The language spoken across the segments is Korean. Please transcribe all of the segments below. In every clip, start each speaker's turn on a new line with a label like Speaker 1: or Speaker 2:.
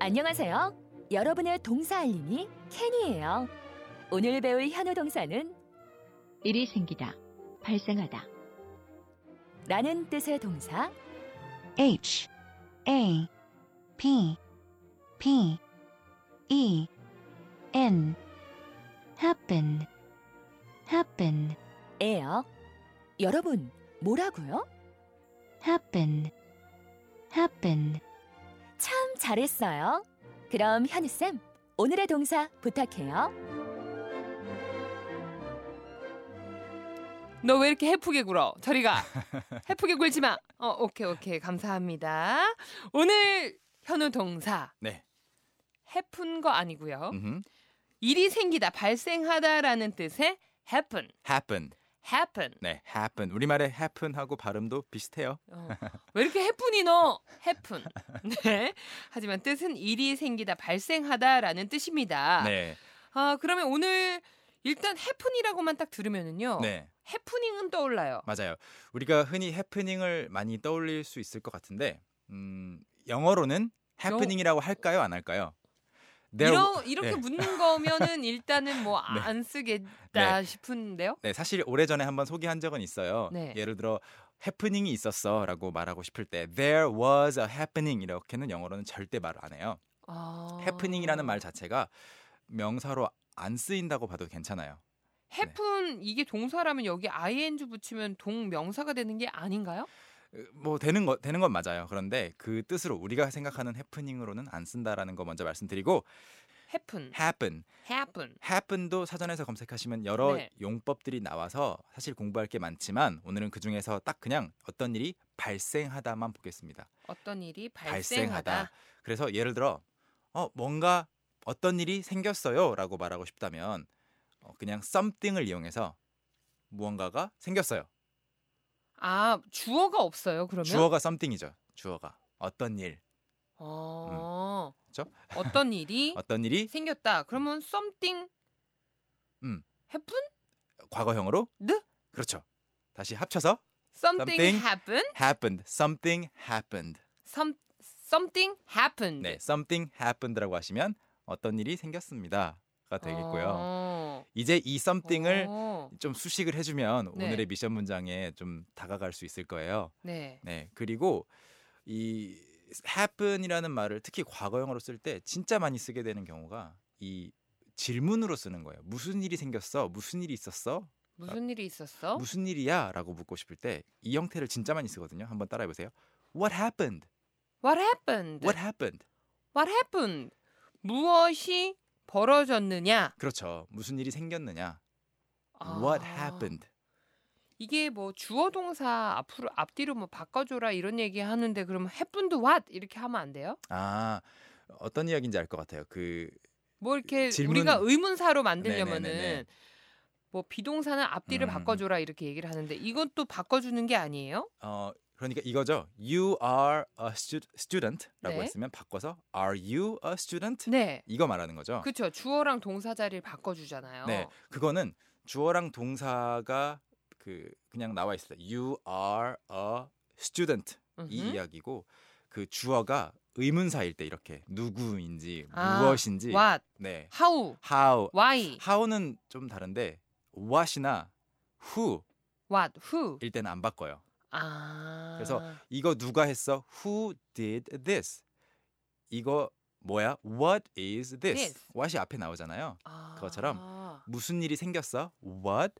Speaker 1: 안녕하세요. 여러분의 동사 알림이 캔이에요. 오늘 배울 현우 동사는
Speaker 2: 일이 생기다, 발생하다.
Speaker 1: 라는 뜻의 동사
Speaker 3: H A P P E N happen happen
Speaker 1: 에요. 여러분, 뭐라고요?
Speaker 3: happen happen
Speaker 1: 참 잘했어요. 그럼 현우쌤, 오늘의 동사 부탁해요.
Speaker 4: 너 왜 이렇게 해프게 굴어? 저리 가. 해프게 굴지 마. 어, 오케이, 오케이. 감사합니다. 오늘 현우 동사.
Speaker 5: 네.
Speaker 4: 해픈 거 아니고요.
Speaker 5: 음흠.
Speaker 4: 일이 생기다, 발생하다라는 뜻의 happen.
Speaker 5: happen.
Speaker 4: happen.
Speaker 5: 네, happen. 우리말의 happen하고 발음도 비슷해요.
Speaker 4: 어, 왜 이렇게 해픈이 너? 해픈. 네. 하지만 뜻은 일이 생기다, 발생하다라는 뜻입니다.
Speaker 5: 네.
Speaker 4: 아, 그러면 오늘 일단 해픈이라고만 딱 들으면은요.
Speaker 5: 네.
Speaker 4: 해프닝은 떠올라요.
Speaker 5: 맞아요. 우리가 흔히 happening을 많이 떠올릴 수 있을 것 같은데 음, 영어로는 happening이라고 할까요, 안 할까요? There-
Speaker 4: 이러, 이렇게
Speaker 5: 네.
Speaker 4: 묻는 거면은 일단은 뭐 안 쓰겠다
Speaker 5: 네.
Speaker 4: 싶은데요.
Speaker 5: 네, 사실 오래전에 한번 소개한 적은 있어요.
Speaker 4: 네.
Speaker 5: 예를 들어 happening이 있었어라고 말하고 싶을 때 there was a happening 이렇게는 영어로는 절대 말을 안 해요.
Speaker 4: 아...
Speaker 5: happening이라는 말 자체가 명사로 안 쓰인다고 봐도 괜찮아요. 네.
Speaker 4: 해픈 이게 동사라면 여기 ing 붙이면 동명사가 되는 게 아닌가요?
Speaker 5: 으, 뭐 되는 거 되는 건 맞아요. 그런데 그 뜻으로 우리가 생각하는 happening으로는 안 쓴다라는 거 먼저 말씀드리고
Speaker 4: 해픈,
Speaker 5: happen,
Speaker 4: happen.
Speaker 5: happen도 사전에서 검색하시면 여러
Speaker 4: 네.
Speaker 5: 용법들이 나와서 사실 공부할 게 많지만 오늘은 그 중에서 딱 그냥 어떤 일이 발생하다만 보겠습니다.
Speaker 4: 어떤 일이 발생하다.
Speaker 5: 발생하다. 그래서 예를 들어 어 뭔가 어떤 일이 생겼어요라고 말하고 싶다면 어, 그냥 something을 이용해서 무언가가 생겼어요.
Speaker 4: 아 주어가 없어요 그러면?
Speaker 5: 주어가 something이죠. 주어가 어떤 일,
Speaker 4: 어.
Speaker 5: 음. 그쵸?
Speaker 4: 어떤 일이
Speaker 5: 어떤 일이
Speaker 4: 생겼다. 그러면 something.
Speaker 5: 음.
Speaker 4: happen?
Speaker 5: 과거형으로
Speaker 4: 네?
Speaker 5: 그렇죠. 다시 합쳐서
Speaker 4: something,
Speaker 5: Something.
Speaker 4: happen.
Speaker 5: happened, something happened.
Speaker 4: some something happened.
Speaker 5: 네, something happened라고 하시면 어떤 일이 생겼습니다가 되겠고요.
Speaker 4: 어.
Speaker 5: 이제 이 something을
Speaker 4: 어.
Speaker 5: 좀 수식을 해주면
Speaker 4: 네.
Speaker 5: 오늘의 미션 문장에 좀 다가갈 수 있을 거예요.
Speaker 4: 네.
Speaker 5: 네 그리고 이 happen이라는 말을 특히 과거형으로 쓸 때 진짜 많이 쓰게 되는 경우가 이 질문으로 쓰는 거예요. 무슨 일이 생겼어? 무슨 일이 있었어?
Speaker 4: 무슨 일이 있었어?
Speaker 5: 무슨 일이야?라고 묻고 싶을 때 이 형태를 진짜 많이 쓰거든요. 한번 따라해 보세요. What happened?
Speaker 4: What happened?
Speaker 5: What happened?
Speaker 4: What happened? 무엇이 벌어졌느냐?
Speaker 5: 그렇죠. 무슨 일이 생겼느냐?
Speaker 4: 아,
Speaker 5: What happened?
Speaker 4: 이게 뭐 주어 동사 앞으로 앞뒤로 뭐 바꿔줘라 이런 얘기 하는데 그러면 happened what 이렇게 하면 안 돼요?
Speaker 5: 아 어떤 이야기인지 알 것 같아요. 그
Speaker 4: 뭐 이렇게
Speaker 5: 질문.
Speaker 4: 우리가 의문사로 만들려면은
Speaker 5: 네네네네.
Speaker 4: 뭐 비동사는 앞뒤를
Speaker 5: 음.
Speaker 4: 바꿔줘라 이렇게 얘기를 하는데 이건 또 바꿔주는 게 아니에요?
Speaker 5: 어 그러니까 이거죠. You are a stu- student라고
Speaker 4: 네.
Speaker 5: 했으면 바꿔서 Are you a student?
Speaker 4: 네.
Speaker 5: 이거 말하는 거죠.
Speaker 4: 그렇죠. 주어랑 동사 자리를 바꿔주잖아요.
Speaker 5: 네, 그거는 주어랑 동사가 그 그냥 나와 있어요. You are a student
Speaker 4: 음흠.
Speaker 5: 이 이야기고 그 주어가 의문사일 때 이렇게 누구인지
Speaker 4: 아,
Speaker 5: 무엇인지
Speaker 4: What,
Speaker 5: 네
Speaker 4: how,
Speaker 5: how
Speaker 4: why,
Speaker 5: how는 좀 다른데 what이나 who일
Speaker 4: what, who.
Speaker 5: 때는 안 바꿔요.
Speaker 4: 아.
Speaker 5: 그래서 이거 누가 했어? Who did this? 이거 뭐야? What is this?
Speaker 4: This.
Speaker 5: what이 앞에 나오잖아요. 그것처럼
Speaker 4: 아,
Speaker 5: 무슨 일이 생겼어? What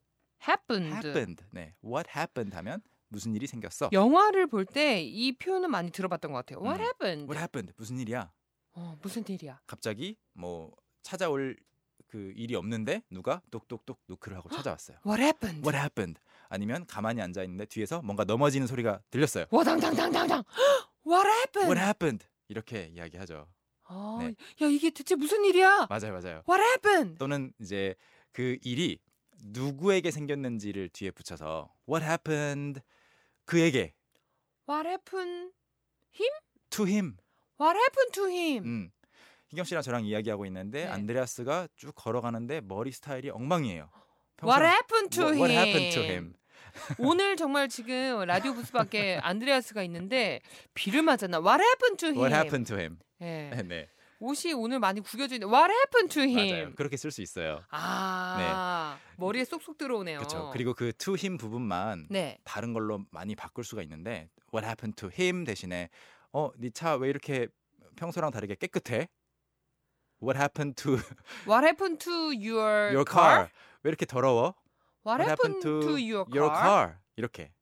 Speaker 4: happened.
Speaker 5: happened. 네, what happened 하면 무슨 일이 생겼어?
Speaker 4: 영화를 볼 때 이 표현은 많이 들어봤던 것 같아요. What
Speaker 5: 음.
Speaker 4: happened?
Speaker 5: What happened? 무슨 일이야?
Speaker 4: 어, 무슨 일이야?
Speaker 5: 갑자기 뭐 찾아올 그 일이 없는데 누가 똑똑똑 노크를 하고 찾아왔어요.
Speaker 4: What happened?
Speaker 5: What happened? 아니면 가만히 앉아 있는데 뒤에서 뭔가 넘어지는 소리가 들렸어요.
Speaker 4: 와당당당당당. What happened?
Speaker 5: What happened? 이렇게 이야기하죠.
Speaker 4: 어,
Speaker 5: 네.
Speaker 4: 야 이게 대체 무슨 일이야?
Speaker 5: 맞아요, 맞아요.
Speaker 4: What happened?
Speaker 5: 또는 이제 그 일이 누구에게 생겼는지를 뒤에 붙여서 What happened? 그에게
Speaker 4: What happened?
Speaker 5: to him.
Speaker 4: What happened to him?
Speaker 5: 음. 희경 씨랑 저랑 이야기하고 있는데
Speaker 4: 네.
Speaker 5: 안드레아스가 쭉 걸어가는데 머리 스타일이 엉망이에요.
Speaker 4: What happened to him?
Speaker 5: What- what happened to him?
Speaker 4: 오늘 정말 지금 라디오 부스 밖에 안드레아스가 있는데 비를 맞았나? What happened to him?
Speaker 5: What happened to him?
Speaker 4: 예.
Speaker 5: 네, 네.
Speaker 4: 옷이 오늘 많이 구겨져 있는데 What happened to him?
Speaker 5: 맞아요. 그렇게 쓸 수 있어요.
Speaker 4: 아 머리에 쏙쏙 들어오네요.
Speaker 5: 네. 그렇죠. 그리고 그 to him 부분만
Speaker 4: 네.
Speaker 5: 다른 걸로 많이 바꿀 수가 있는데 What happened to him 대신에 어, 네 차 왜 이렇게 평소랑 다르게 깨끗해? What happened to
Speaker 4: What happened to your,
Speaker 5: your car? 왜 이렇게 더러워?
Speaker 4: What happened to, your,
Speaker 5: your
Speaker 4: car?
Speaker 5: car? 이렇게.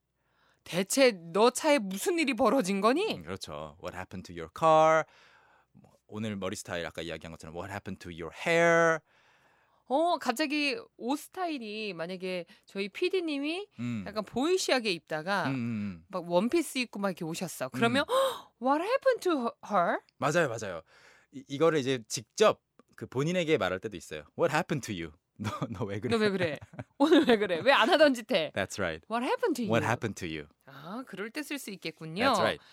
Speaker 4: 대체 너 차에 무슨 일이 벌어진 거니?
Speaker 5: 음, 그렇죠. What happened to your car? 뭐, 오늘 머리 스타일 아까 이야기한 것처럼 What happened to your hair?
Speaker 4: 어 갑자기 옷 스타일이 만약에 저희 PD님이
Speaker 5: 음.
Speaker 4: 약간 보이시하게 입다가
Speaker 5: 음, 음, 음.
Speaker 4: 막 원피스 입고 막 이렇게 오셨어. 그러면 "헉, What happened to her?
Speaker 5: 맞아요, 맞아요. 이, 이거를 이제 직접 그 본인에게 말할 때도 있어요. What happened to you? 너 너 왜 그래?
Speaker 4: 너 왜 그래? 오늘 왜 그래? 왜 안 하던 짓해?
Speaker 5: That's right.
Speaker 4: What happened to you?
Speaker 5: What happened to you?
Speaker 4: 아 그럴 때 쓸 수 있겠군요.
Speaker 5: That's right.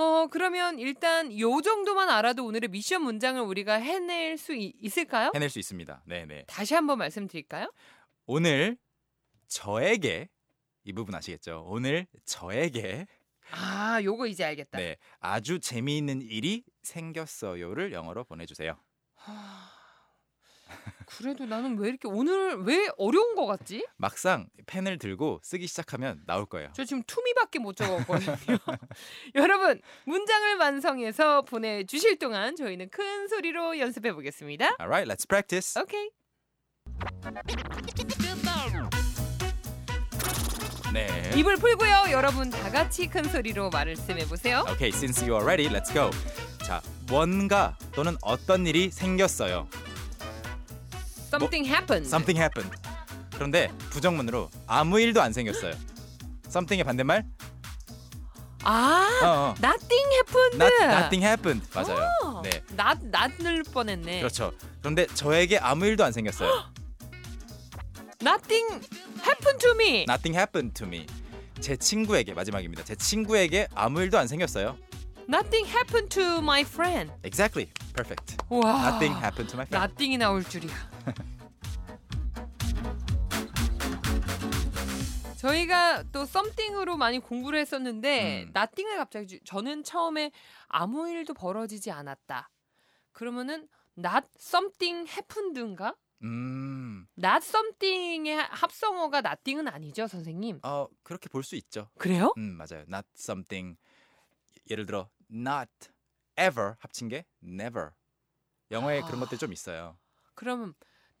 Speaker 4: 어 그러면 일단 요 정도만 알아도 오늘의 미션 문장을 우리가 해낼 수 이- 있을까요?
Speaker 5: 해낼 수 있습니다. 네, 네.
Speaker 4: 다시 한번 말씀드릴까요?
Speaker 5: 오늘 저에게 이 부분 아시겠죠? 오늘 저에게
Speaker 4: 아 요거 이제 알겠다.
Speaker 5: 네 아주 재미있는 일이 생겼어요를 영어로 보내주세요.
Speaker 4: 하... 그래도 나는 왜 이렇게 오늘 왜 어려운 거 같지?
Speaker 5: 막상 펜을 들고 쓰기 시작하면 나올 거예요.
Speaker 4: 저 지금 투미밖에 못 적었거든요. 여러분 문장을 완성해서 보내주실 동안 저희는 큰 소리로 연습해 보겠습니다.
Speaker 5: Alright, let's practice.
Speaker 4: 오케이.
Speaker 5: 네.
Speaker 4: 입을 풀고요. 여러분 다 같이 큰 소리로 말을 쓰해 보세요.
Speaker 5: Okay, since you are ready, let's go. 자, 뭔가 또는 어떤 일이 생겼어요.
Speaker 4: Something happened.
Speaker 5: Something happened. 그런데 부정문으로 아무 일도 안 생겼어요. Something의 반대말?
Speaker 4: 아
Speaker 5: 어, 어.
Speaker 4: Nothing happened.
Speaker 5: Not, nothing happened. 맞아요.
Speaker 4: 어,
Speaker 5: 네.
Speaker 4: 나 나들 뻔했네. 네.
Speaker 5: 그렇죠. 그런데 저에게 아무 일도 안 생겼어요.
Speaker 4: Nothing happened to me.
Speaker 5: Nothing happened to me. 제 친구에게 마지막입니다. 제 친구에게 아무 일도 안 생겼어요.
Speaker 4: Nothing happened to my friend.
Speaker 5: Exactly. Perfect.
Speaker 4: 와.
Speaker 5: Nothing happened to my friend.
Speaker 4: 이 나올 줄이야. 저희가 또 썸띵으로 많이 공부를 했었는데
Speaker 5: 음.
Speaker 4: 나띵을 갑자기 주- 저는 처음에 아무 일도 벌어지지 않았다. 그러면은 not something happened인가?
Speaker 5: 음.
Speaker 4: not something의 하- 합성어가 nothing은 아니죠, 선생님?
Speaker 5: 어, 그렇게 볼 수 있죠.
Speaker 4: 그래요?
Speaker 5: 음, 맞아요. Not something. 예를 들어 not ever 합친 게 never. 영어에
Speaker 4: 아.
Speaker 5: 그런 것들 좀 있어요.
Speaker 4: 그럼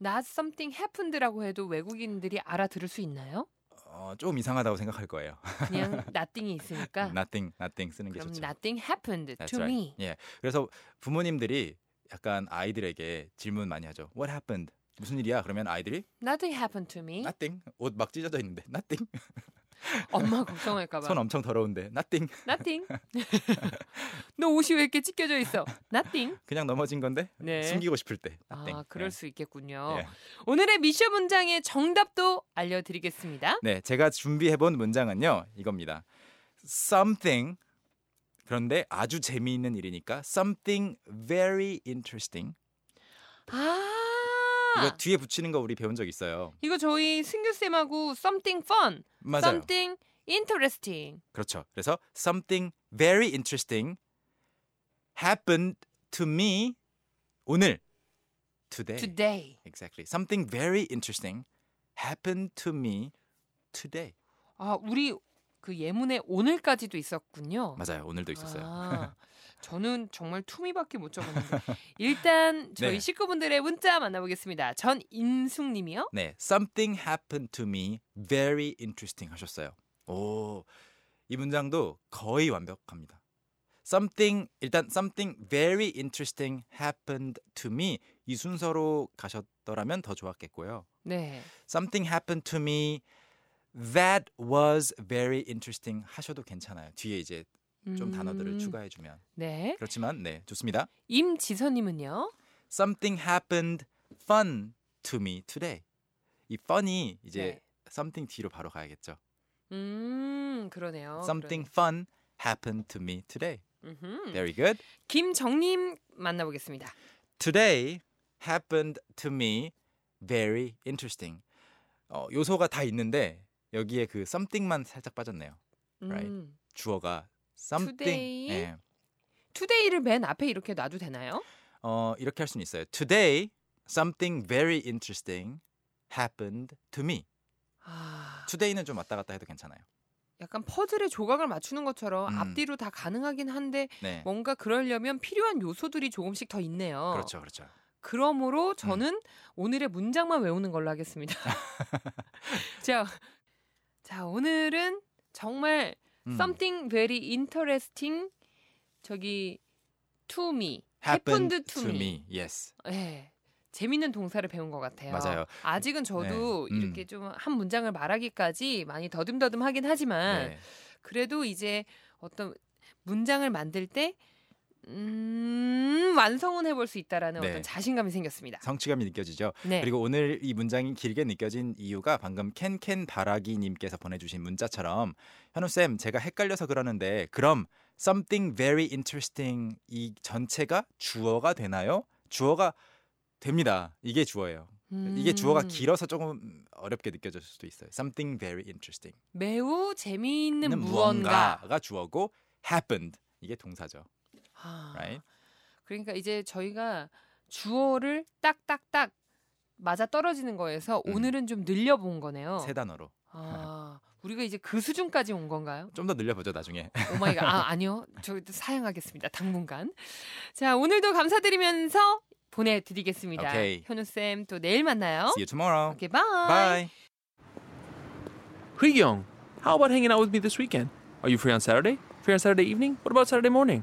Speaker 4: not something happened라고 해도 외국인들이 알아들을 수 있나요?
Speaker 5: 어, 조금 이상하다고 생각할 거예요.
Speaker 4: 그냥 nothing이 있으니까
Speaker 5: nothing, nothing 쓰는 음, 게
Speaker 4: 네. 그럼
Speaker 5: 좋죠.
Speaker 4: nothing happened
Speaker 5: That's
Speaker 4: to
Speaker 5: right.
Speaker 4: me.
Speaker 5: 예. 그래서 부모님들이 약간 아이들에게 질문 많이 하죠. What happened? 무슨 일이야? 그러면 아이들이
Speaker 4: Nothing happened to me.
Speaker 5: nothing. 옷 막 찢어져 있는데 nothing.
Speaker 4: 엄마 걱정할까봐.
Speaker 5: 손 엄청 더러운데 nothing.
Speaker 4: Nothing. 너 옷이 왜 이렇게 찢겨져 있어? Nothing.
Speaker 5: 그냥 넘어진 건데
Speaker 4: 네.
Speaker 5: 숨기고 싶을 때 nothing.
Speaker 4: 아, 그럴
Speaker 5: 예.
Speaker 4: 수 있겠군요.
Speaker 5: 예.
Speaker 4: 오늘의 미션 문장의 정답도 알려드리겠습니다.
Speaker 5: 네, 제가 준비해본 문장은요 이겁니다. Something 그런데 아주 재미있는 일이니까 something very interesting.
Speaker 4: 아,
Speaker 5: 이거 뒤에 붙이는 거 우리 배운 적 있어요.
Speaker 4: 이거 저희 승규 쌤하고 something fun,
Speaker 5: 맞아요.
Speaker 4: something interesting.
Speaker 5: 그렇죠. 그래서 something very interesting happened to me 오늘 today.
Speaker 4: Today.
Speaker 5: Exactly. Something very interesting happened to me today.
Speaker 4: 아, 우리 그 예문에 오늘까지도 있었군요.
Speaker 5: 맞아요. 오늘도 있었어요.
Speaker 4: 아, 저는 정말 투미밖에 못 적었는데 일단 저희
Speaker 5: 네.
Speaker 4: 식구분들의 문자 만나보겠습니다. 전인숙님이요.
Speaker 5: 네, something happened to me very interesting 하셨어요. 오, 이 문장도 거의 완벽합니다. something 일단 something very interesting happened to me 이 순서로 가셨더라면 더 좋았겠고요.
Speaker 4: 네.
Speaker 5: something happened to me that was very interesting 하셔도 괜찮아요. 뒤에 이제 좀
Speaker 4: 음,
Speaker 5: 단어들을 추가해 주면
Speaker 4: 네.
Speaker 5: 그렇지만 네 좋습니다.
Speaker 4: 임지선님은요.
Speaker 5: something happened fun to me today. 이 fun이 이제
Speaker 4: 네.
Speaker 5: something 뒤로 바로 가야겠죠.
Speaker 4: 음, 그러네요.
Speaker 5: something fun happened to me today.
Speaker 4: 그러네. 음흠.
Speaker 5: Very good.
Speaker 4: 김정님 만나보겠습니다.
Speaker 5: Today happened to me very interesting. 어, 요소가 다 있는데 여기에 그 something만 살짝 빠졌네요. Right.
Speaker 4: 음.
Speaker 5: 주어가 something.
Speaker 4: Today?
Speaker 5: 예.
Speaker 4: 투데이를 맨 앞에 이렇게 놔도 되나요?
Speaker 5: 어, 이렇게 할 수는 있어요. Today something very interesting happened to me.
Speaker 4: 아,
Speaker 5: Today는 좀 왔다 갔다 해도 괜찮아요.
Speaker 4: 약간 퍼즐의 조각을 맞추는 것처럼
Speaker 5: 음.
Speaker 4: 앞뒤로 다 가능하긴 한데
Speaker 5: 네.
Speaker 4: 뭔가 그러려면 필요한 요소들이 조금씩 더 있네요.
Speaker 5: 그렇죠. 그렇죠.
Speaker 4: 그러므로 저는 오늘의 문장만 외우는 걸로 하겠습니다. 자, 자 오늘은 정말
Speaker 5: 음.
Speaker 4: something very interesting 저기 to me
Speaker 5: happened,
Speaker 4: happened to
Speaker 5: to me. Yes.
Speaker 4: 예. 재밌는 동사를 배운 것 같아요.
Speaker 5: 맞아요.
Speaker 4: 아직은 저도
Speaker 5: 네, 음.
Speaker 4: 이렇게 좀 한 문장을 말하기까지 많이 더듬더듬 하긴 하지만
Speaker 5: 네.
Speaker 4: 그래도 이제 어떤 문장을 만들 때 음, 완성은 해볼 수 있다라는
Speaker 5: 네.
Speaker 4: 어떤 자신감이 생겼습니다.
Speaker 5: 성취감이 느껴지죠.
Speaker 4: 네.
Speaker 5: 그리고 오늘 이 문장이 길게 느껴진 이유가 방금 캔캔 바라기 님께서 보내주신 문자처럼 현우 쌤 제가 헷갈려서 그러는데 그럼 something very interesting 이 전체가 주어가 되나요? 주어가 됩니다. 이게 주어예요. 이게 주어가
Speaker 4: 음,
Speaker 5: 길어서 조금 어렵게 느껴질 수도 있어요. something very interesting
Speaker 4: 매우 재미있는
Speaker 5: 는
Speaker 4: 무언가.
Speaker 5: 무언가가 주어고 happened 이게 동사죠.
Speaker 4: 아,
Speaker 5: Right?
Speaker 4: 그러니까 이제 저희가 주어를 딱딱딱 맞아 떨어지는 거에서
Speaker 5: 음.
Speaker 4: 오늘은 좀 늘려본 거네요.
Speaker 5: 세 단어로
Speaker 4: 아, 우리가 이제 그 수준까지 온 건가요?
Speaker 5: 좀 더 늘려보죠 나중에.
Speaker 4: 오마이갓. 아, 아니요. 저 사양하겠습니다. 당분간. 자, 오늘도 감사드리면서 보내드리겠습니다.
Speaker 5: 오케이.
Speaker 4: 현우쌤 또 내일 만나요.
Speaker 5: See you tomorrow.
Speaker 4: 오케이, 바이.
Speaker 5: Bye.
Speaker 6: Young, how about hanging out with me this weekend? Are you free on Saturday? Free on Saturday evening? What about Saturday morning?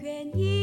Speaker 7: 괜히